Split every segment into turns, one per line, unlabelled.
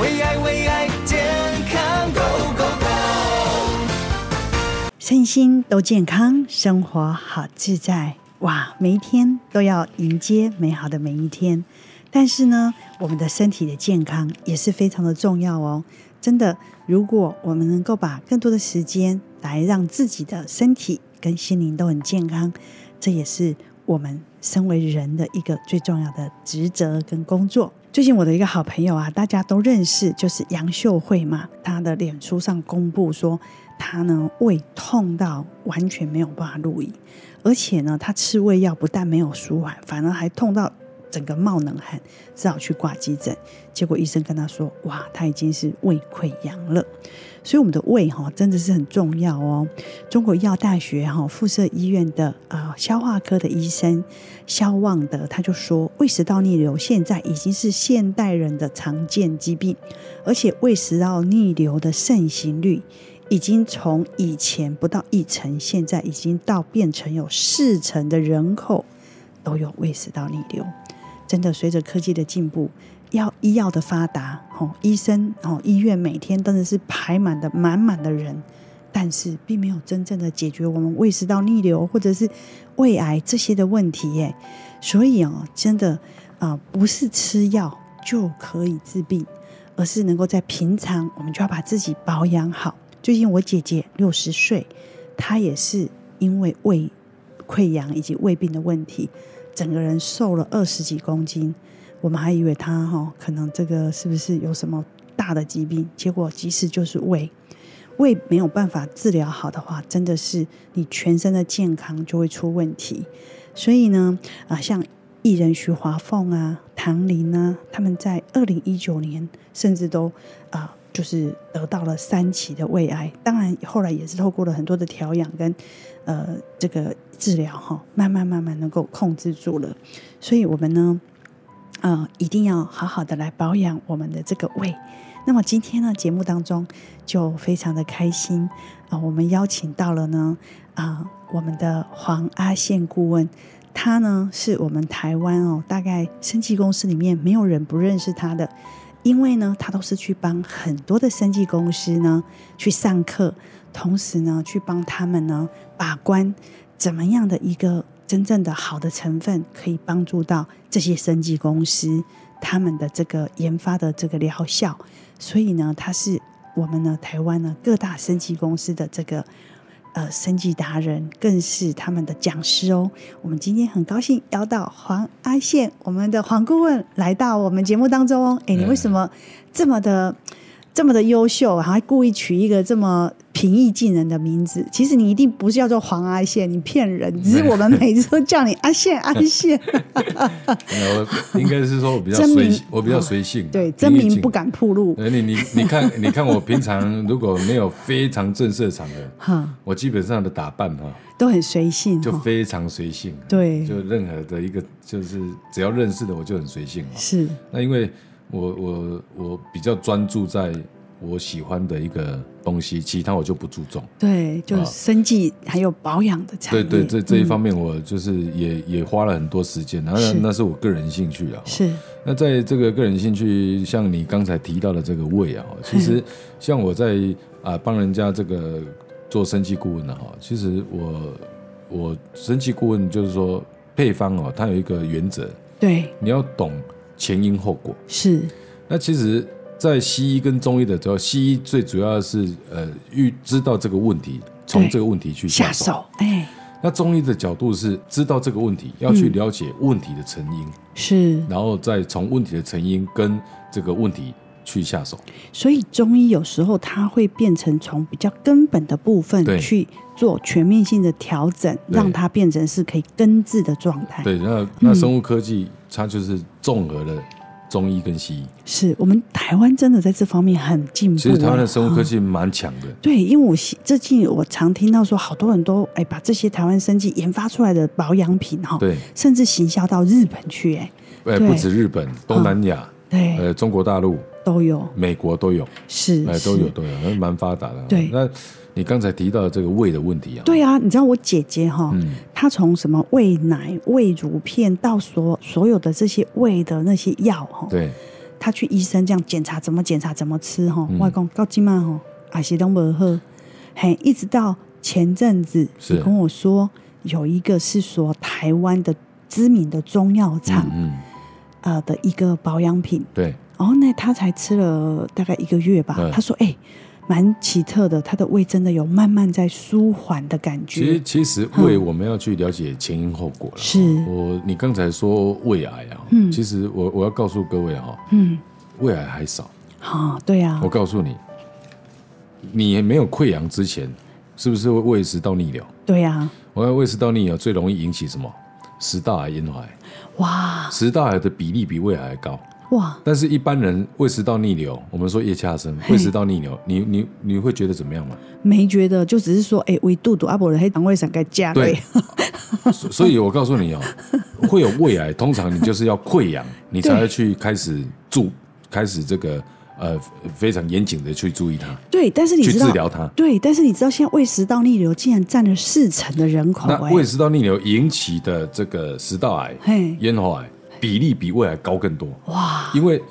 为爱为爱健康 Go Go
身心都健康，生活好自在。哇，每一天都要迎接美好的每一天。但是呢，我们的身体的健康也是非常的重要哦。真的，如果我们能够把更多的时间来让自己的身体跟心灵都很健康，这也是我们身为人的一个最重要的职责跟工作。最近我的一个好朋友啊，大家都认识，就是杨秀慧嘛，她的脸书上公布说，她呢胃痛到完全没有办法录影，而且呢，她吃胃药不但没有舒缓，反而还痛到整个冒冷汗，只好去挂急诊。结果医生跟她说，哇，她已经是胃溃疡了。所以我们的胃哈、真的是很重要哦。中国医药大学哈、附设医院的呃消化科的医生肖望德他就说，胃食道逆流现在已经是现代人的常见疾病，而且胃食道逆流的盛行率已经从以前不到一成，现在已经到变成有四成的人口都有胃食道逆流。真的随着科技的进步，药医药的发达，哦，医生哦，医院每天真的是排满的满满的人，但是并没有真正的解决我们胃食道逆流或者是胃癌这些的问题耶。所以哦，真的啊、呃不是吃药就可以治病，而是能够在平常，我们就要把自己保养好。最近我姐姐六十岁，她也是因为胃溃疡以及胃病的问题，整个人瘦了二十几公斤。我们还以为她哈、可能这个是不是有什么大的疾病，结果其实就是胃。胃没有办法治疗好的话，真的是你全身的健康就会出问题。所以呢，啊，像艺人徐华凤啊、唐玲啊，他们在二零一九年甚至都啊、就是得到了三期的胃癌。当然，后来也是透过了很多的调养跟呃这个治疗哈，慢慢慢慢能够控制住了。所以我们呢，呃，一定要好好的来保养我们的这个胃。那么今天呢，节目当中就非常的开心啊、我们邀请到了呢啊、我们的黄阿宪顾问，他呢是我们台湾哦，大概生技公司里面没有人不认识他的，因为呢，他都是去帮很多的生技公司呢去上课，同时呢去帮他们呢把关怎么样的一个真正的好的成分可以帮助到这些生技公司他们的这个研发的这个疗效，所以呢，他是我们呢台湾呢各大生技公司的这个。呃，生技达人更是他们的讲师哦。我们今天很高兴邀到黄阿宪，我们的黄顾问来到我们节目当中哦。哎，你为什么这么的、这么的优秀，还故意取一个这么平易近人的名字？其实你一定不是叫做黄阿宪，你骗人！只是我们每次都叫你阿宪，阿宪。
呃，我应该是说我比较
真
随
名哦
性，我比较随性啊，
对，
平
真
易
名
近
不敢铺路。
人。呃，你你你看，你看我平常如果没有非常正式的场合，
哈，
我基本上的打扮哈
都很随性
就
哈、
非常随性，
哦
啊
对
就任何的一个就是只要认识的我就很随性哦
是
那因为我我我比较专注在我喜欢的一个东西，其他我就不注重。
对，就
啊
生计还有保养的产
对
业，
对，这这一
嗯
方面我就是也、也花了很多时间，然后那
是
那是我个人兴趣啊。
是
那在这个个人兴趣，像你刚才提到的这个胃 啊，其实像我在啊帮人家这个做生气顾问的哈，其实我我生气顾问就是说配方哦，它有一个原则，
对
你要懂前因后果。
是
那其实，在西医跟中医的时候，西医最主要的是呃预知道这个问题，从
对
这个问题去
下
下手。
手哎
那中医的角度是知道这个问题，要去了解问题的成因，
是，
然后再从问题的成因跟这个问题去下手。
所以中医有时候它会变成从比较根本的部分
对
去做全面性的调整，
对
让它变成是可以根治的状态。
对，那
嗯
那生物科技它就是综合了中医跟西医。
是我们台湾真的在这方面很进步啊。
其实台湾的生物科技蛮强的，
对，因为我喜最近我常听到说，好多人都哎把这些台湾生技研发出来的保养品哈，
对
甚至行销到日本去，哎，
呃，
哦对
不止日本、东南亚、
对，
呃中国大陆、
都有
美国都有。
是
哎，
是
都有都有，那蛮发达的。啊
对
那你刚才提到这个胃的问题啊，，
对啊，你知道我姐姐哈、
嗯
她从什么喂奶、喂乳片到所所有的这些喂的那些药哈、
对，
他去医生这样检查，怎么检查，怎么吃哈。
嗯
外公到今晚吼，阿西东伯喝，嘿，一直到前阵子
是
你跟我说有一个是说台湾的知名的中药厂、
嗯嗯，
呃的一个保养品，
对，
然后呢，他才吃了大概一个月吧
嗯。
他说：“哎、蛮奇特的，他的胃真的有慢慢在舒缓的感
其实
觉。
其实胃我们要去了解前因后果了。
嗯是
我你刚才说胃癌啊，
嗯
其实我我要告诉各位哈，”
嗯，
胃癌还少。
好、对啊
我，告诉你，你没有溃疡之前，是不是会胃食道逆流？
对啊，
我要胃食道逆流最容易引起什么？食道癌、咽喉癌。
哇
食道癌的比例比胃癌高，
哇，
但是一般人胃食道逆流，我们说叶恰生胃食道逆流，你你你会觉得怎么样吗？
没觉得，就只是说，哎、胃肚肚阿伯的黑肠胃散该加
对， 所所以我告诉你哦，会有胃癌，通常你就是要溃疡，你才会去开始注，开始这个呃非常严谨的去注意它，
对，但是你
去
知
治
道，
疗它。
对，但是你知道现在胃食道逆流竟然占了四成的人口、
那
哎，
胃食道逆流引起的这个食道癌、
嘿，
咽喉癌比例比胃癌高更多，
哇，
因为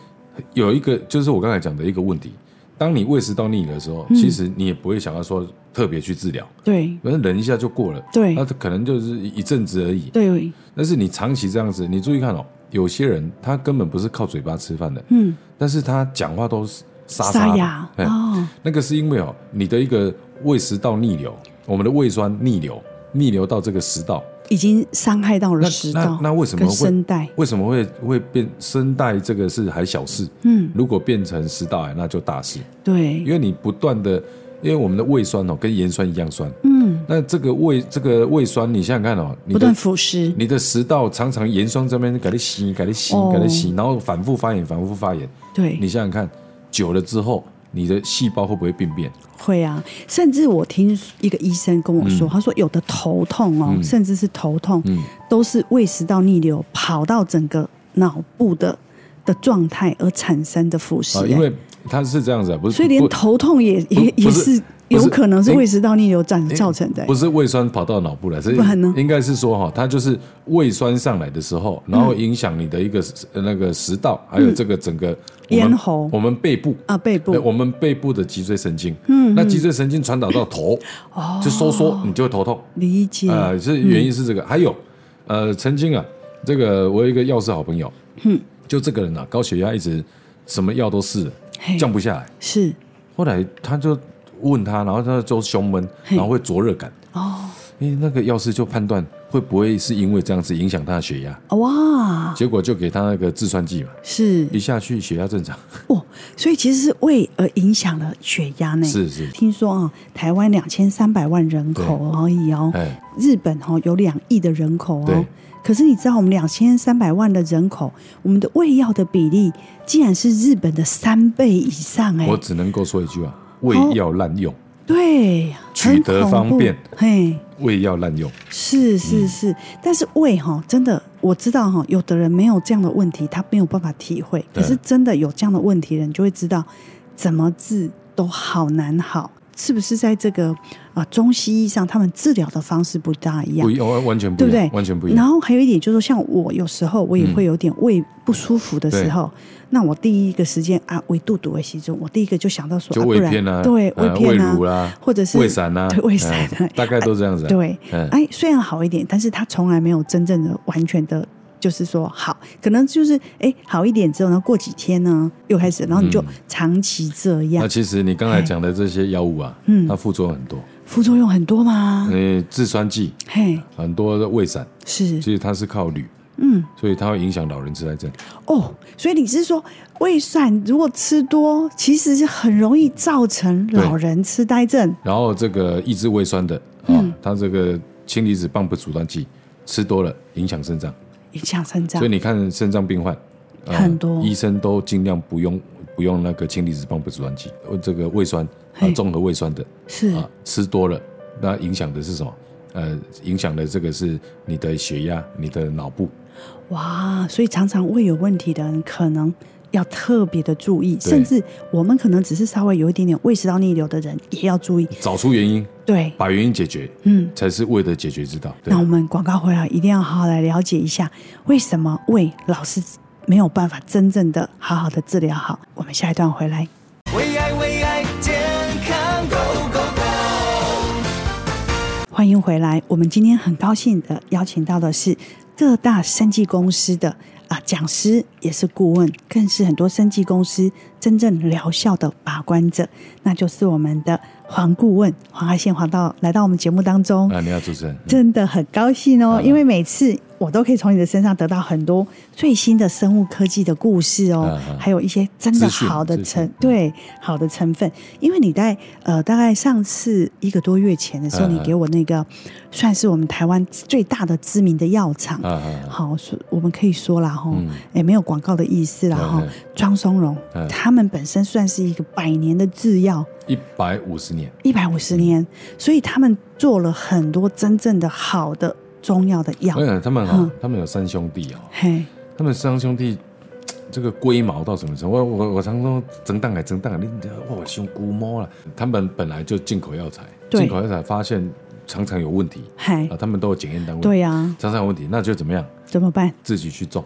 有一个就是我刚才讲的一个问题，当你胃食道逆流的时
嗯
候，其实你也不会想要说特别去治疗，
对
反正忍一下就过了，
对
那可能就是一阵子而已。
对，
但是你长期这样子，你注意看哦，有些人他根本不是靠嘴巴吃饭的，
嗯，
但是他讲话都是沙沙
沙
的
哑
哎
哦，
那个是因为哦，你的一个胃食道逆流，我们的胃酸逆流，逆流到这个食道，
已经伤害到了
那
食
那
道
那为什么
跟
会
声带，
为什么会会变声带这个是还小事，
嗯，
如果变成食道癌那就大事，因
对，
为你不断的，因为我们的胃酸哦跟盐酸一样酸，
嗯，
那这个胃这个胃酸你想想看哦，你
不断
的
腐蚀，
你的食道常常盐酸这边给它吸，给它吸，
哦
给它吸，然后反复发炎，反复发炎，
对，
你想想看，久了之后你的细胞会不会病变？
会啊，甚至我听一个医生跟我
嗯
说，他说有的头痛哦，甚至是头痛，都是胃食道逆流跑到整个脑部的的状态而产生的腐蚀、欸
啊，因为它是这样子啊，不是，
所以连
不
头痛也也
不
也
不是
是
不是
有可能是
哎
胃食道逆流造
哎
造成的、
不是胃酸跑到脑部来，是
不然呢
应该是说哈，它就是胃酸上来的时候，然后影响你的一个食、呃那个食道，还有这个整个我们
嗯咽喉
我们背部
啊，背部
呃我们背部的脊椎神经，嗯，那脊椎神经传导到头，
哦
就收缩，你就会头痛，
理解、
呃，是
嗯
原因是这个，还有呃，曾经啊，这个我有一个药师好朋友，嗯，就这个人啊，高血压一直什么药都试了
嘿，
降不下来，
是
后来他就问他，然后他就胸闷，然后会灼热感。
哦，
因为那个药师就判断会不会是因为这样子影响他的血压，
哇，
结果就给他那个制酸剂嘛，
是
一下去血压正常。
哦，所以其实是胃而影响了血压呢。
是是
听说啊、台湾两千三百万人口而已哦
哎，
日本哦有两亿的人口
对
哦。可是你知道我们两千三百万的人口，我们的胃药的比例竟然是日本的三倍以上哎
我，只能够说一句话：胃药滥用，
哦对，
取得
很恐怖
方便
嘿。
胃药滥用。
是是
嗯
是，但是胃哈，真的我知道哈，有的人没有这样的问题，他没有办法体会。可
对
是真的有这样的问题的人，就会知道怎么治都好难好，是不是在这个啊、呃中西医上，他们治疗的方式不大一样
不，一哦完完全不
对
一
不
样，
对？
完全不一样
然。后还有一点就是说，像我有时候我也会有点胃不舒服的时候，那我第一个时间啊，胃肚肚的时钟，我第一个就想到说，
就
啊
胃
不然
片啊
对
呃
胃片啊，
胃乳啦
或者是
胃散啊
对胃散
嗯
啊，
大概都这样子啊
对
嗯，
哎，虽然好一点，但是他从来没有真正的完全的。就是说好，可能就是哎好一点之后，然后过几天呢又开始，然后你就长期这样
嗯那，其实你刚才讲的这些药物啊，
嗯
它副作用很多，
副作用很多吗？
呃，制酸剂
嘿，
很多的胃散，
是
其实它是靠铝，
嗯，
所以它会影响老人痴呆症。
哦，所以你是说胃散如果吃多，其实是很容易造成老人痴呆症。
然后这个抑制胃酸的啊，
嗯
它这个氢离子棒不阻断剂吃多了影响肾脏，
影响肾脏
所以你看肾脏病患、呃
很多
医生都尽量不用不用那个氢离子棒不阻断剂，呃这个胃酸啊
嘿
综合胃酸的
是
啊吃多了，那影响的是什么？呃，影响的这个是你的血压、你的脑部，
哇，所以常常胃有问题的人可能要特别的注意，
对
甚至我们可能只是稍微有一点点胃食道逆流的人也要注意。
找出原因，
对，
把原因解决，
嗯，
才是胃的解决之道。对
那我们广告回来一定要好好来了解一下，为什么胃老是没有办法真正的好好的治疗好。我们下一段回来。
为爱为爱健康 Go Go Go，
欢迎回来。我们今天很高兴的邀请到的是各大生技公司的啊讲师，也是顾问，更是很多生技公司真正疗效的把关者，那就是我们的黄顾问黄爱宪黄到来到我们节目当中。
啊，你要主持人，
真的很高兴哦，
嗯
因为每次我都可以从你的身上得到很多最新的生物科技的故事哦
嗯，嗯
还有一些真的
资讯
好的
资讯
成
嗯
对好的成分。因为你在呃大概上次一个多月前的时候，
嗯嗯
你给我那个算是我们台湾最大的知名的药厂
啊，啊
好，所我们可以说啦哈
嗯，
也没有广告的意思啦哈
嗯嗯。
庄松荣
嗯
他们本身算是一个百年的制药，
一百五十年，
一百五十年，所以他们做了很多真正的好的中药的药
我。想他们哈
嗯，
他们有三兄弟哦，
嘿，
他们三兄弟这个龟毛到什么程度？我我我常说整档哎整档，你哇凶估摸了。他们本来就进口药材，
对
进口药材发现常常有问题
嗨
啊，，他们都有检验单位，
对，呀、啊，
常常有问题，那就怎么样？
怎么办？
自己去种，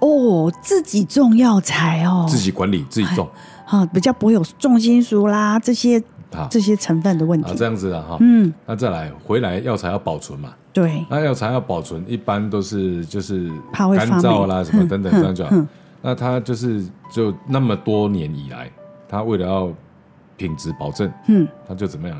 哦，自己种药材哦，
自己管理，自己种
啊，比较不会有重金属啦这些
啊
这些成分的问
啊
题。
这样子啊哈。
嗯，
那再来回来药材要保存嘛，
对，
那药材要保存，一般都是就是
怕会
干
发霉
燥啦什么等等
哼
这样就 好
哼哼。
那他就是就那么多年以来，他为了要品质保证，
嗯，
他就怎么样？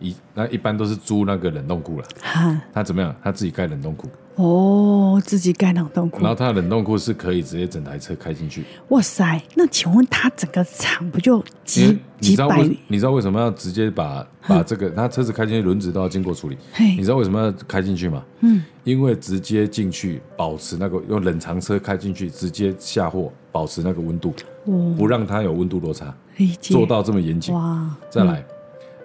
一那一般都是租那个冷冻库了。
哈、
他怎么样？他自己盖冷冻库，
哦，自己盖冷冻库
然。后他的冷冻库是可以直接整台车开进去。
哇塞，那请问他整个厂不就
因
几
为你
几
知道
百？嗯
为你知道为什么要直接把把这个他车子开进去，轮子都要经过处理。
嘿
你知道为什么要开进去吗？
嗯，
因为直接进去保持那个用冷藏车开进去，直接下货，保持那个温度，
哦，
不让它有温度落差，
理解
做到这么严谨。
哇，嗯
再来，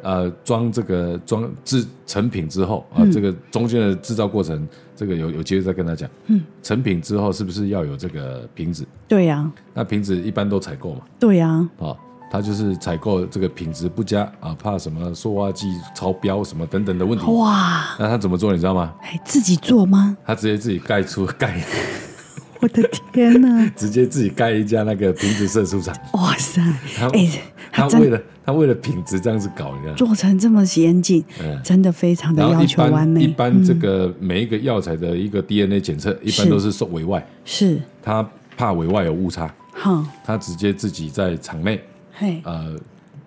呃，装这个装制成品之后
嗯
啊，这个中间的制造过程，这个有有机会再跟他讲。嗯，成品之后是不是要有这个瓶子？
对呀、
那瓶子一般都采购嘛，
对呀、
啊，它就是采购这个品质不佳啊，怕什么塑化剂超标什么等等的问题。
哦哇，
那他怎么做你知道吗？
哎，自己做吗？
他直接自己盖出 盖，
我的天呐！
直接自己盖一家那个瓶子射出厂。
哇塞，
他、
哎，
他
他
为
真
了他为了品质这样子搞，你看。
做成这么严谨，
嗯
真的非常的
然后
要
一
求完
般
美。嗯
一般这个每一个药材的一个 DNA 检测，一般
是
都是受委外，
是
他怕委外有误差，
哈，
他直接自己在场内
嘿，
呃，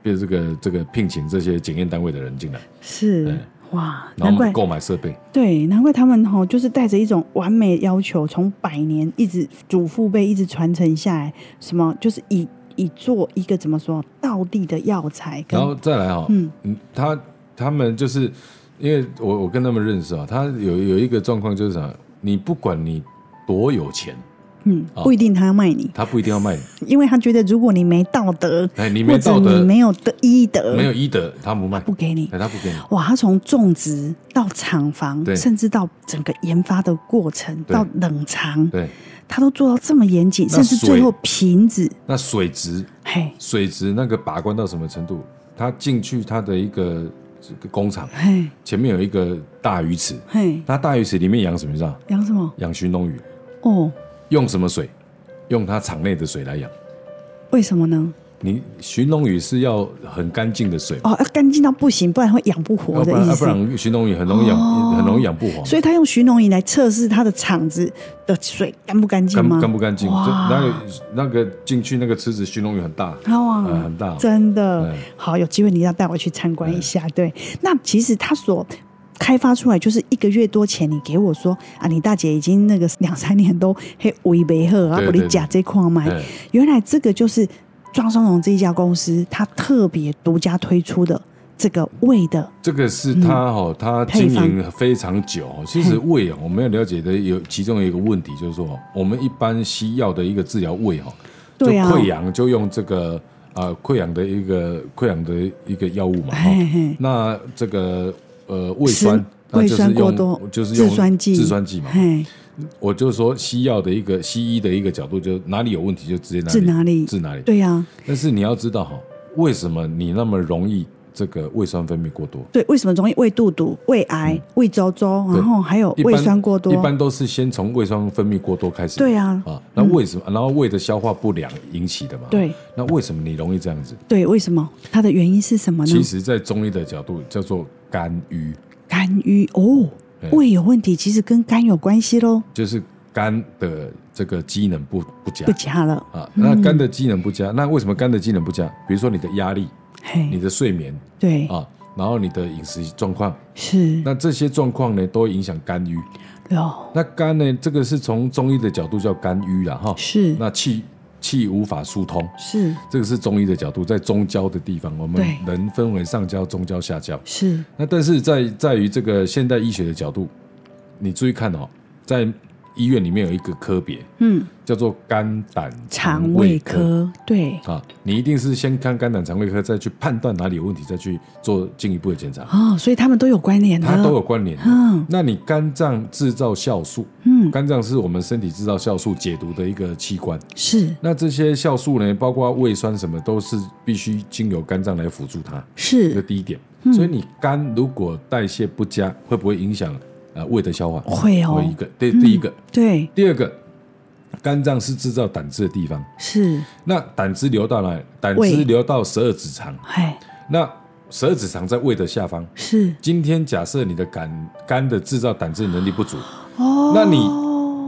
被这个这个聘请这些检验单位的人进来，
是
哎
哇，难
然后我们
怪
购买设备，
对，难怪他们吼就是带着一种完美要求，从百年一直祖父辈一直传承下来，什么就是以以做一个怎么说道地的药材跟
然后再来哈、哦，
嗯
嗯，他他们就是因为我我跟他们认识啊、他有有一个状况就是啥，你不管你多有钱，
嗯，
哦
不一定他要卖你，
他不一定要卖你，
因为他觉得如果你没道德，
哎你没
或者
道德
你没有的医德，
没有医德他不卖，
呃不给你
哎，他不给你。
哇，他从种植到厂房，
对
甚至到整个研发的过程，
对
到冷藏，
对，
他都做到这么严谨，
那
甚至
水
最后瓶子，
那水质
嘿，
水质那个把关到什么程度？他进去他的一个这个工厂
嘿，
前面有一个大鱼池，
嘿，
那大鱼池里面养什么？你知道？
养什么？
养鲟龙鱼，
哦，
用什么水？用它场内的水来养。
为什么呢？
你鲟龙鱼是要很干净的水嘛，
哦，要干净到不行，不然会养不活
要哦不
的
然啊
意
要不
思。
然鲟龙鱼很容易养，
哦
很容易养不活嘛。
所以他用徐农仪来测试他的厂子的水干不干净
干
吗？
干不干净？就
哇
那个那个进去那个池子，鲟龙鱼很大，
好啊，
呃很大。
真的
嗯
好，有机会你要带我去参观一下。对，那其实他所开发出来，就是一个月多前你给我说啊，你大姐已经那个两三年都嘿维维赫啊，
对
我
对
的甲这块买
嗯，
原来这个就是庄松荣这一家公司，它特别独家推出的这个胃的
这个是他
嗯
哦，他经营非 常久哦。其实胃哦，我们要了解的有其中有一个问题，就是说我们一般西药的一个治疗胃哦，就
对啊
溃疡就用这个呃溃疡的一个溃疡的一个药物嘛。
嘿
哦
嘿
那这个呃胃酸
是，
那就
胃酸
是
过
用
多
就是用
制酸剂
制酸剂嘛。
嘿
我就说西药的一个西医的一个角度，就哪里有问题就直接哪里
治哪里
治哪里。
对呀、啊
但是你要知道哈，为什么你那么容易这个胃酸分泌过多。
对，为什么容易胃肚肚、胃癌、胃周周，然后还有
嗯一般
哦胃酸过多
一？般都是先从胃酸分泌过多开始。
对啊
啊，那为什么？然后胃的消化不良引起的嘛。
对。
那为什么你容易这样子？
对，为什么？它的原因是什么呢
其？实，在中医的角度叫做肝郁，
肝郁哦，胃有问题，其实跟肝有关系喽，
就是肝的这个机能不不佳
不嗯加了，
啊。那肝的机能不佳，那为什么肝的机能不佳？比如说你的压力、你
嘿，
的睡眠
对，
啊，然后你的饮食状况，
是
那这些状况呢，都会影响肝郁。
有
那肝呢，这个是从中医的角度叫肝郁了哈。
是
那气气无法疏通，
是
这个是中医的角度，在中焦的地方，我们
对
人分为上焦、中焦、下焦。
是，
那但是在在于这个现代医学的角度，你注意看哦，在医院里面有一个科别
嗯，
叫做肝胆
肠
肠
胃
胃科
科对
啊，你一定是先看肝胆肠胃科，再去判断哪里有问题，再去做进一步的检查，
哦，所以他们都有关联的，
它都有关联的。
嗯
那你肝脏制造酵素，
嗯
肝脏是我们身体制造酵素解毒的一个器官。
是
那这些酵素呢，包括胃酸什么，都是必须经由肝脏来辅助它。这个
是
第一点。
嗯
所以你肝如果代谢不佳，会不会影响呃胃的消化？
会哦
为一个，这第一个。
对
第二个，肝脏是制造胆汁的地方，
是，
那胆汁流到哪里？胆
胃
汁流到十二指肠，
哎
那十二指肠在胃的下方。
是
今天假设你的肝肝的制造胆汁能力不足，
哦，
那你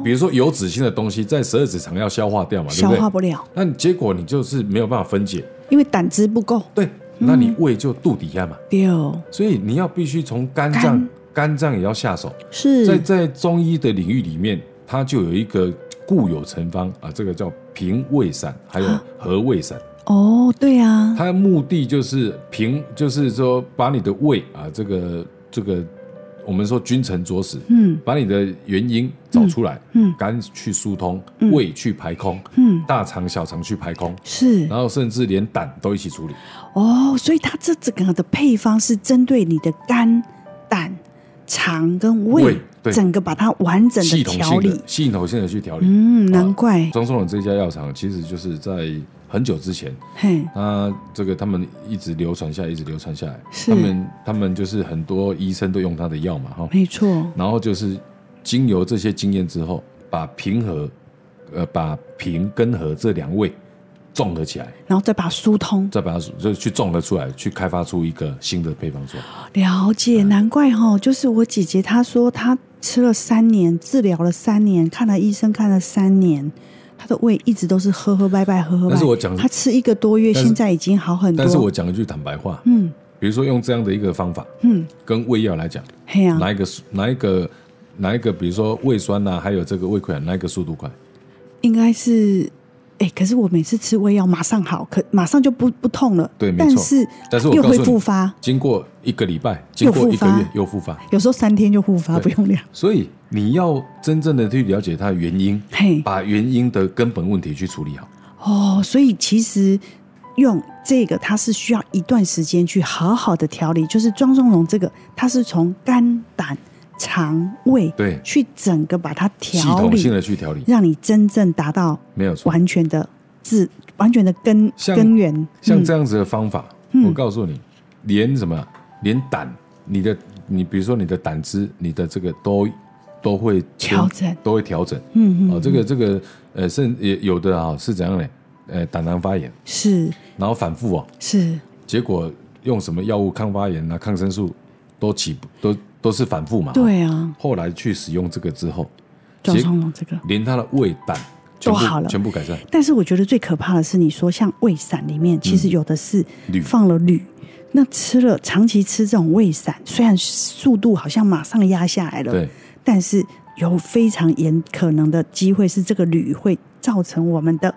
比如说油脂性的东西在十二指肠要消化掉嘛，对
消
不
化
对？
不了，
那你结果你就是没有办法分解，
因为胆汁不够，哦
对，
嗯
那你胃就肚底下嘛，
六
所以你要必须从肝脏
肝，
肝脏也要下手。在
是
在中医的领域里面，它就有一个固有成方啊，这个叫平胃散，还有和胃散。
哦，对啊，
它的目的就是平，就是说把你的胃啊，这个这个，我们说君臣佐使，
嗯
把你的原因找出来，
嗯嗯
肝去疏通，胃去排空，
嗯
大肠小肠去排空，
是
然后甚至连胆都一起处理。
哦，所以它这整个的配方是针对你的肝、胆、肠跟胃
胃，对
整个把它完整
系
的
统
调
性
理
的。哦系统性的去调理。
嗯，难怪，
庄松勇这家药厂其实就是在很久之前，
嘿，
他这个他们一直流传下来，一直流传下来。
是
他们他们就是很多医生都用他的药嘛，哈。
没错，
然后就是经由这些经验之后，把平和，呃，把平跟和这两位综合起来，
然后再把它疏通，
再把它就去综合出来，去开发出一个新的配方出来。
了解，
嗯
难怪哈，就是我姐姐她说她吃了三年，治疗了三年，看了医生看了三年。她的胃一直都是喝喝拜拜喝喝拜，
但是我讲
她吃一个多月，
但是
现在已经好很多。
但是我讲一句坦白话，
嗯
比如说用这样的一个方法，
嗯，
跟胃药来讲，
嘿呀、
哪一个哪一个哪一个，比如说胃酸呐、还有这个胃溃疡，哪一个速度快？
应该是，哎、可是我每次吃胃药马上好，可马上就不不痛了。
对没
但
错
是
但是我
又
告
会
诉你
复发，
经过一个礼拜，经过一个月又复发，
有时候三天就复发，不用量。
所以你要真正的去了解它的原因，
嘿，
把原因的根本问题去处理好。
哦，所以其实用这个，它是需要一段时间去好好的调理。就是庄松龙这个，它是从肝、胆、肠、胃
对
去整个把它
系
调
统性
理，
的去调理，
让你真正达到
没有错。
完全的治、完全的根
像
根源。
像
嗯
这样子的方法，我告诉你，连什么，啊连胆，你的你比如说你的胆汁，你的这个都都会
调整
都会调整。
嗯
哦，这个这个呃，甚也有的啊、是怎样呢？呃，胆囊发炎，
嗯是
然后反复哦，
是
结果用什么药物抗发炎啊、抗生素都起不都都是反复嘛。哦
对啊，
后来去使用这个之后，
庄
结
松龙这个。
连他的胃胆全
都
部
好了
全部改善。
但是我觉得最可怕的是，你说像胃散里
嗯
面，其实有的是
铝
放了铝，那吃了长期吃这种胃散，虽然速度好像马上压下来了
对，
但是有非常严可能的机会是这个铝会造成我们的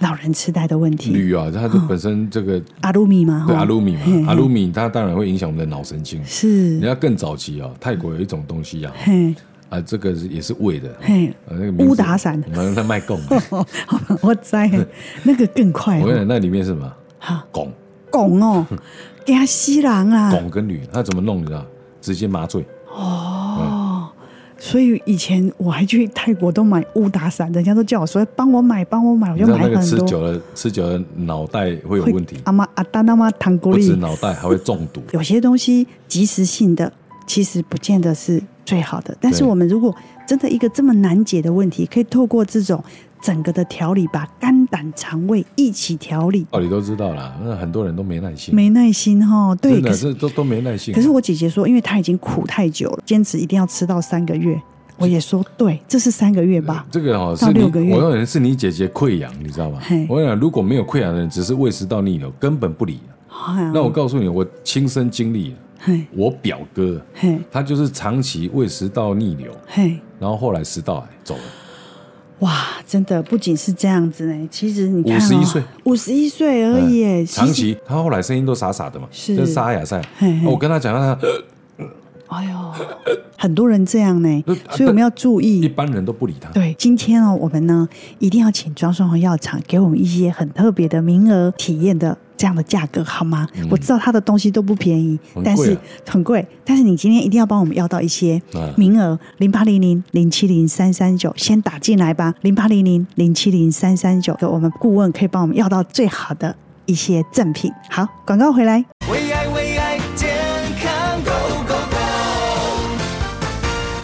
老人痴呆的问题。
铝啊，它
哦
的本身这个
阿鲁米嘛，
对
吼
阿鲁米嘛
哦嘿嘿，
阿鲁米它当然会影响我们的脑神经。你
是，
要更早期啊，泰国有一种东西啊，
嘿，
啊，这个是也是胃的，啊
嘿，
那个名字
乌达 散
我们在卖汞嘛，
哦，好吧我在那个更快
我跟你
哦，
讲，那里面是 什么
哈？
汞，
拱哦，给他吸狼啊，
啊汞跟铝，它怎么弄？你知道？直接麻醉，
哦，所以以前我还去泰国都买乌打伞，人家都叫我说帮我买，帮我买，我
你
就
知道
买
那个
很
吃
多。
久了，吃久了脑袋会有问题，
阿妈阿达那妈糖果
不止
粒，
脑袋还会中 毒。
有些东西即时性的，其实不见得是最好的。但是
对
我们如果真的一个这么难解的问题，可以透过这种整个的调理，把肝胆肠胃一起调理，
道理都知道啦，那很多人都没耐心，
没耐心哈、哦。对，
真
可
的
是
是都都没耐心。
可是我姐姐说，因为她已经苦太久了，坚持一定要吃到三个月。我也说对，这是三个月吧？
这个哦，
到
是你
六个月
我认为是你姐姐溃疡，你知道吧
嘿？
我想如果没有溃疡的人，只是胃食道逆流，根本不理。
啊
那我告诉你，我亲身经历，
嘿
我表哥
嘿
他就是长期胃食道逆流，
嘿，
然后后来食道癌走了。
哇，真的不仅是这样子呢。其实你看、哦，
51岁，
五十一岁而已耶，
嗯
其实
长。期他后来声音都傻傻的嘛，
是
就是沙哑塞
嘿。嘿
我跟他讲，他呃
哎呦，很多人这样呢
呃，
所以我们要注
一
意。
般人都不理他。
对，今天哦，我们呢一定要请庄双红药厂给我们一些很特别的名额体验的这样的价格，好吗？我知道他的东西都不便宜，
嗯很贵
但
啊
是很贵，但是你今天一定要帮我们要到一些
嗯
名额，零八零零零七零三三九，先打进来吧，零八零零零七零三三九，我们顾问可以帮我们要到最好的一些赠品。好，广告回来。
为爱为爱健康 Go Go Go，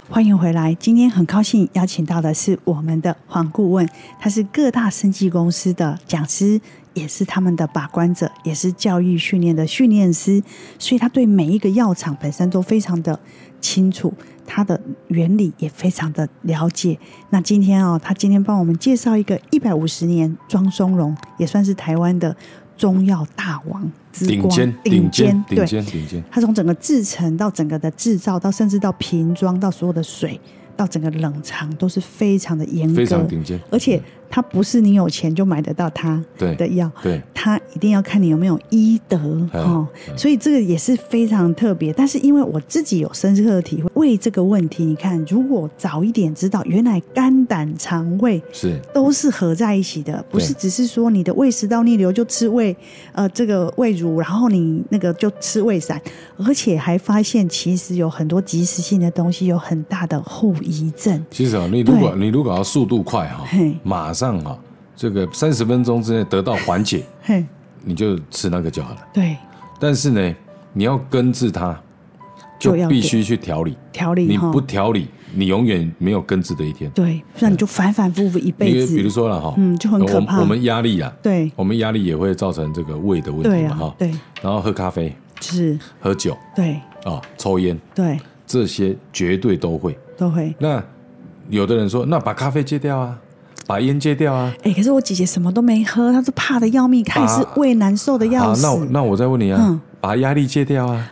欢迎回来。今天很高兴邀请到的是我们的黄顾问，他是各大生技公司的讲师，也是他们的把关者，也是教育训练的训练师，所以他对每一个药厂本身都非常的清楚，它的原理也非常的了解。那今天哦，他今天帮我们介绍一个一百五十年庄松荣，也算是台湾的中药大王之
顶
光，
尖，顶
顶
尖，
对
顶。尖，顶尖。
它从整个制成到整个的制造，到甚至到瓶装，到所有的水，到整个冷藏，都是非常的严格，
非常顶尖
而且它不是你有钱就买得到它
对
的药，
对
它一定要看你有没有医德
嗯
哦。所以这个也是非常特别。但是因为我自己有深刻的体会，为这个问题，你看，如果早一点知道，原来肝胆肠胃
是
都是合在一起的，不是只是说你的胃食道逆流就吃胃呃这个胃乳，然后你那个就吃胃散，而且还发现其实有很多即时性的东西有很大的后遗症。
其实啊，你如果
对
你如果要速度快哈
嘿，
马上哈，这个三十分钟之内得到缓解，
嘿，
你就吃那个就好了。
对，
但是呢，你要根治它，就
就要
必须去调理。
调理
你
哎哈
不，调理，你永远没有根治的一天。
对，不然你就反反复复一
因
辈
为
子。
比如说了哈，
嗯就很可
我们
怕
我们压力啊，
对
我们压力也会造成这个胃的问
对
题嘛
啊
哈。，
对，
然后喝咖啡、
是，
喝酒
对
啊、抽烟，
对，
这些绝对都会。
都会。
那有的人说，那把咖啡戒掉啊，把烟戒掉啊。
哎、可是我姐姐什么都没喝，她是怕的要命，她也是
啊
胃难受的要
好，
死。
那我那我再问你啊，
嗯
把压力戒掉啊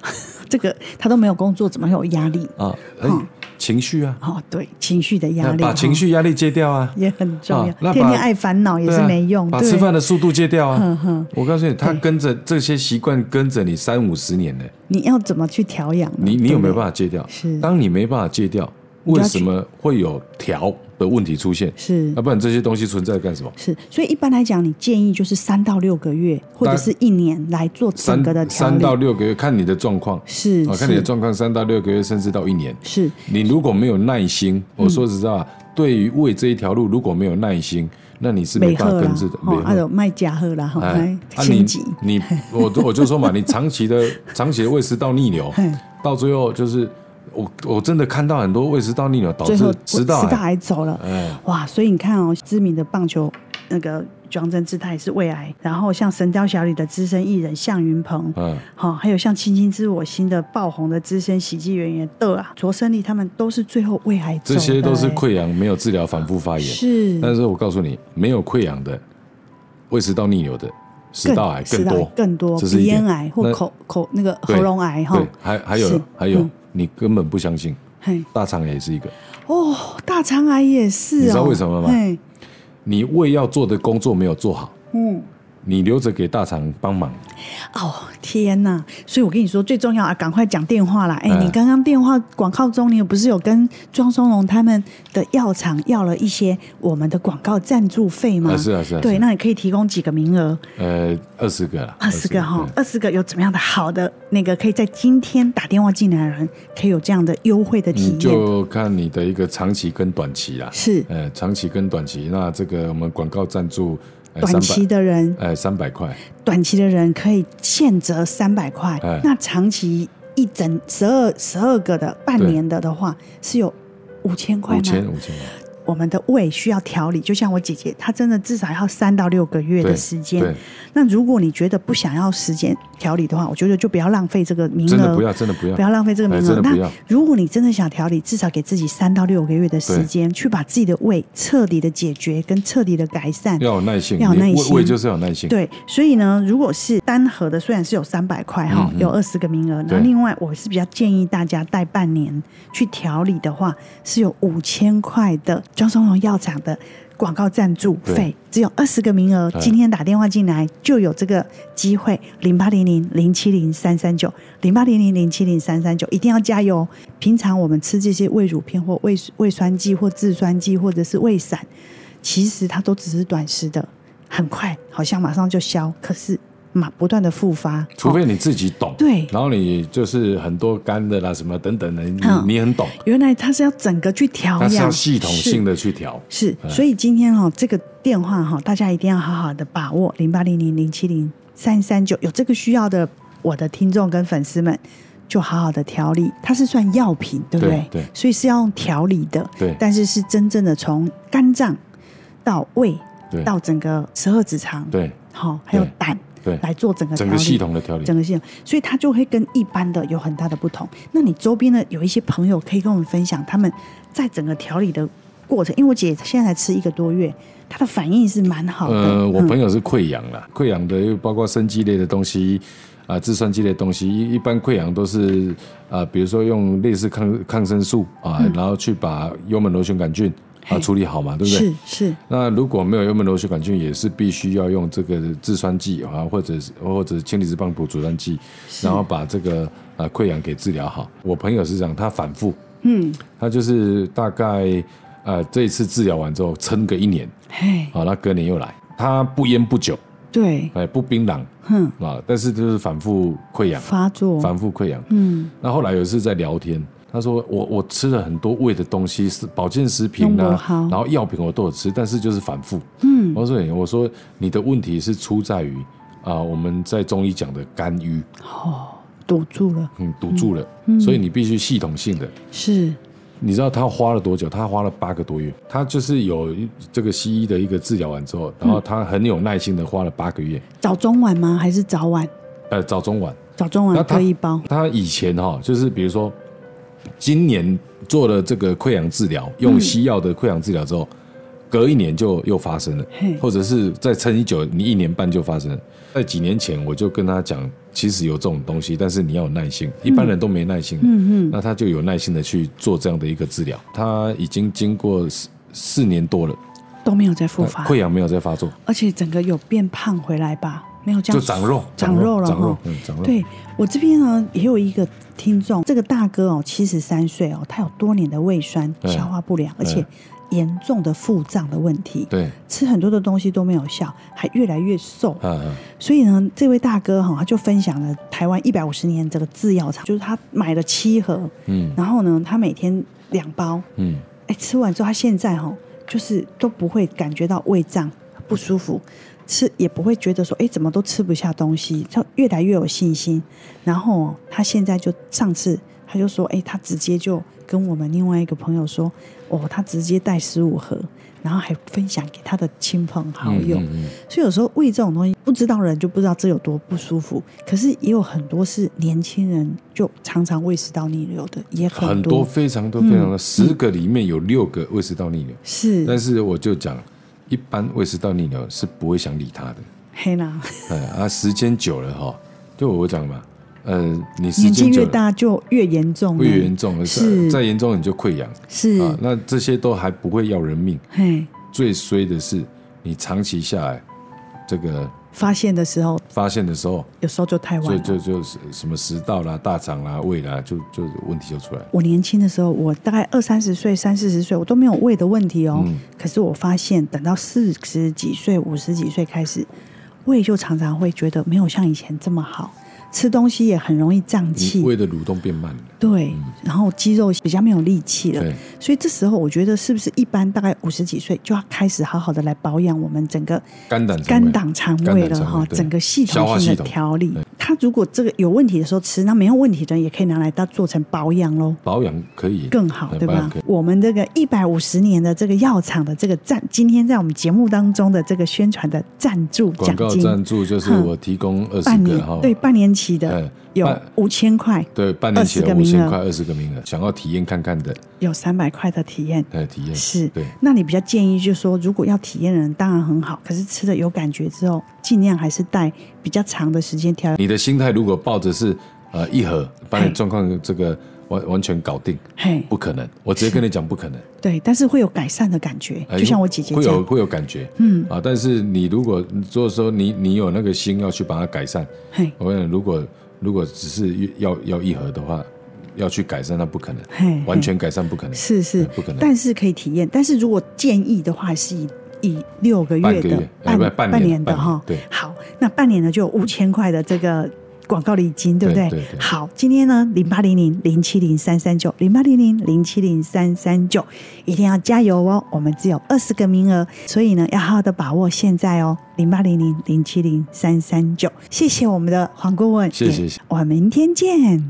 这个她都没有工作，怎么会有压力？
啊，哎
嗯
情绪啊，
哦，对，情绪的压
那
力，嗯
把情
哈
绪压力戒掉啊。
也很重要。
啊那把
天天爱烦恼也
对
是
啊
没用，
把
对
吃饭的速度戒掉
哼
啊
哼！
我告诉你，他跟着这些习惯跟着你三五十年了，
你要怎么去调养呢？
你你有没有办
法？
法戒掉？
是
当你没办法戒掉，
就
为
要
什
去
么会有调的问题出现？
是
要不然这些东西存在干什么？
是，所以一般来讲，你建议就是三到六个月或者
当
是一年来做整个的调
三三到
理，
六个月，看你的状况。
是
啊，看你的
是
状况，三到六个月，甚至到一年。
是
你如果没有耐心，
嗯
我说实在话，对于胃这一条路，如果没有耐心，那你是没
美
办
赫
法
啦
根治的。，
哦，
没
还
喝
有卖假喝啦，哈，哎
啊
心急
你你我我就说嘛，你长期的长期的胃食道逆流
嘿，
到最后就是我我真的看到很多胃食道逆流导
最后
致食道癌。
癌走了，
哎，
哇！所以你看哦，知名的棒球那个庄真志他也是胃癌，然后像《神雕侠侣》的资深艺人向云鹏，
嗯，
好、还有像《青青知我心》的爆红的资深喜剧演员的啊，卓胜利他们都是最后胃癌走
这
的
些都是
欸
溃疡没有治疗，反复发炎。
是
但是我告诉你，没有溃疡的，胃食道逆流的，食道癌
食
更
道
多，
更多，
这是
鼻
一点
咽癌或
那
口口那个
对
喉咙癌哈
对，，还还有
是
还有
嗯，
你根本不相信，
嘿
大肠癌也是一个。
哦，大肠癌也是、哦，
你知道为什么吗
嘿
你胃要做的工作没有做好，
嗯，
你留着给大厂帮忙。
哦，天哪！所以我跟你说，最重要啊，赶快讲电话啦！哎、
嗯
你刚刚电话广告中，你有不是有跟庄松龙他们的药厂要了一些我们的广告赞助费吗？
啊是啊是啊
对，
是啊
那你可以提供几个名额？
呃，二十个了，
二十个哈
嗯，
二十个有怎么样的好的那个可以在今天打电话进来的人，可以有这样的优惠的体
嗯你
验？
就看你的一个长期跟短期啦。
是
呃，长期跟短期，那这个我们广告赞助，呃、
短期的人
300，呃，三百块，
短期的人可以现折三百块
哎，
那长期一整十二十二个的半
对
年的的话是有五千块
五
吗？
千五千，
我们的胃需要调理，就像我姐姐，她真的至少要三到六个月的时间
对。
那如果你觉得不想要时间调理的话，我觉得就不要浪费这个名额，
真的不要，真的不要，
嗯不要浪费这个名
哎
额。
真的不
那
要
如果你真的想调理，至少给自己三到六个月的时间，去把自己的胃彻底的解决跟彻底的改善。
要有耐性，
要有
你
耐
胃
心
胃就是要有耐性。
对，所以呢，如果是单盒的，虽然是有三百块哈，
嗯嗯
有二十个名额，然后
对
另外我是比较建议大家带半年去调理的话，是有五千块的庄松荣药厂的广告赞助费
对，
只有二十个名额，
对
今天打电话进来就有这个机会，零八零零零七零三三九，零八零零零七零三三九，一定要加油！哦平常我们吃这些胃乳片或胃胃酸剂或制酸剂或者是胃散，其实它都只是短时的，很快好像马上就消，可是马不断的复发，
除
哦
非你自己懂，
对
然后你就是很多干的啦，什么等等的，你
嗯
你很懂，
原来它是要整个去调
它
养，
是要系统
是
性的去调。
是，所以今天哈、这个电话哈、大家一定要好好的把握零八零零零七零三三九，有这个需要的我的听众跟粉丝们。就好好的调理，它是算药品，对不对？
对对
所以是要用调理的，
对
但是是真正的从肝脏到胃
对，
到整个十二指肠，，
对，
好、还有
对
胆，
对
来做整个
整
调
个
理
系统的调理
整。个系统，所以它就会跟一般的有很大的不同。那你周边的有一些朋友可以跟我们分享，他们在整个调理的过程，因为我姐现在才吃一个多月，她的反应是蛮好的。
呃，我
嗯
朋友是溃疡啦， 溃疡的又包括生肌类的东西，啊、制酸剂类的东西。一一般溃疡都是啊、比如说用类似抗抗生素啊、然后去把幽门螺旋杆菌啊
嗯嘿
处理好嘛，对不对？
是是
那如果没有幽门螺旋杆菌，也是必须要用这个制酸剂啊，或者是或者氢离子泵补阻断剂，然后把这个啊溃疡给治疗好。我朋友是这样，他反复，
嗯，
他就是大概呃这一次治疗完之后撑个一年，
嘿，
好，那隔年又来，他不烟不酒，
对，
哎，不槟榔
哼，
啊，但是就是反复溃疡，
发作，
反复溃疡。
嗯，
那后来有一次在聊天，他说我我吃了很多胃的东西，是保健食品
弄不
啊
好，
然后药品我都有吃，但是就是反复。嗯，我说你我说你的问题是出在于啊、我们在中医讲的肝郁，
堵住了，
嗯，堵住了，所以你必须系统性的。
是
你知道他花了多久？他花了八个多月。他就是有这个西医的一个治疗完之后，然后他很有耐心的花了八个月，
早中晚吗？还是早晚？
呃，早中晚。
早中
那
晚
他
各一包，
他以前哈、就是比如说，今年做了这个溃疡治疗，用西药的溃疡治疗之后，隔一年就又发生了
嘿，
或者是再撑一久，你一年半就发生了。在几年前我就跟他讲，其实有这种东西，但是你要有耐心，一般人都没耐心。嗯嗯，那他就有耐心的去做这样的一个治疗，他已经经过四四年多了，
都没有再复发
溃，疡没有再发作，
而且整个有变胖回来吧？没有这
就
样
长肉，
长肉了
长
哈
肉，。嗯，长肉。
对我这边呢，也有一个听众，这个大哥哦，七十三岁哦，他有多年的胃酸、
嗯
消化不良，而且严重的腹胀的问题，
对，
吃很多的东西都没有效，还越来越瘦。
嗯嗯，
所以呢，这位大哥哈、他就分享了台湾一百五十年这个制药厂，就是他买了七盒，
嗯，
然后呢，他每天两包，
嗯，
哎，吃完之后他现在哈、就是都不会感觉到胃胀不舒服，吃也不会觉得说哎怎么都吃不下东西，就越来越有信心。然后哦他现在就上次他就说哎，他直接就跟我们另外一个朋友说，哦，他直接带十五盒，然后还分享给他的亲朋好友。
嗯嗯
所以有时候胃这种东西，不知道人就不知道这有多不舒服。可是也有很多是年轻人就常常胃食道逆流的，也很多嗯
很多非常多非常多，十个里面有六个胃食道逆流。但
是
是我就讲，一般胃食道逆流是不会想理他的。
黑啦，
哎啊，时间久了哈，就我讲嘛，呃，你时
年纪
间久
越
了
大就越严重，啊
会严重了，
是嗯
再严重你就溃疡
是，
啊。那这些都还不会要人命，
嘿，
最衰的是你长期下来，这个
发现的时候，
发现的时候，
有时候就太
所
晚
以
了。
就就是什么食道啦、大肠啦、胃啦，就就问题就出来了。
我年轻的时候，我大概二三十岁、三四十岁，我都没有胃的问题哦。
嗯
可是我发现，等到四十几岁、五十几岁开始，胃就常常会觉得没有像以前这么好，吃东西也很容易胀
你
气，
胃的蠕动变慢了。
对，然后肌肉比较没有力气了。
嗯对，
所以这时候，我觉得是不是一般大概五十几岁就要开始好好的来保养我们整个
肝胆
肝胆肠胃了哈，
对
整个系
消
统
化
性的
系统
调理
对。
它如果这个有问题的时候吃，那没有问题的也可以拿来当做成保养喽。
保养可以
更好，对
保养
吧
可以？
我们这个一百五十年的这个药厂的这个赞，今天在我们节目当中的这个宣传的赞助奖
广告
金，
赞助就是
哼
我提供二十
半
个
年
哈，
对半年期的
哎
有
半
五千块，
对半年前
20个
五
名
千
额
块二十个名额，想要体验看看的，
有三百块的体验。
来体验
是
对，
那你比较建议就是说，如果要体验的人当然很好，可是吃的有感觉之后，尽量还是带比较长的时间调。
你的心态如果抱着是呃一盒把
嘿
你状况这个完完全搞定，
嘿，
不可能，我直接跟你讲不可能。
对，但是会有改善的感觉，
哎
就像我姐姐
会
这
有
样，
会有感觉，嗯啊，但是你如果如果说你你有那个心要去把它改善，
嘿，
我跟你讲，如果如果只是要要一盒的话，要去改善那不可能，
嘿嘿
完全改善不可能，
是是
哎不可能，
但是可以体验。但是如果建议的话，是以以六个月
半个
的
月哎不
的
半年半年
哈。
对
好，那半年呢就有五千块的这个。广告礼金对不对？
对对对
好，今天呢，零八零零零七零三三九，零八零零零七零三三九，一定要加油哦！我们只有二十个名额，所以呢，要好好的把握现在哦，零八零零零七零三三九。谢谢我们的黄顾问，
谢谢
也
谢谢
我们明天见。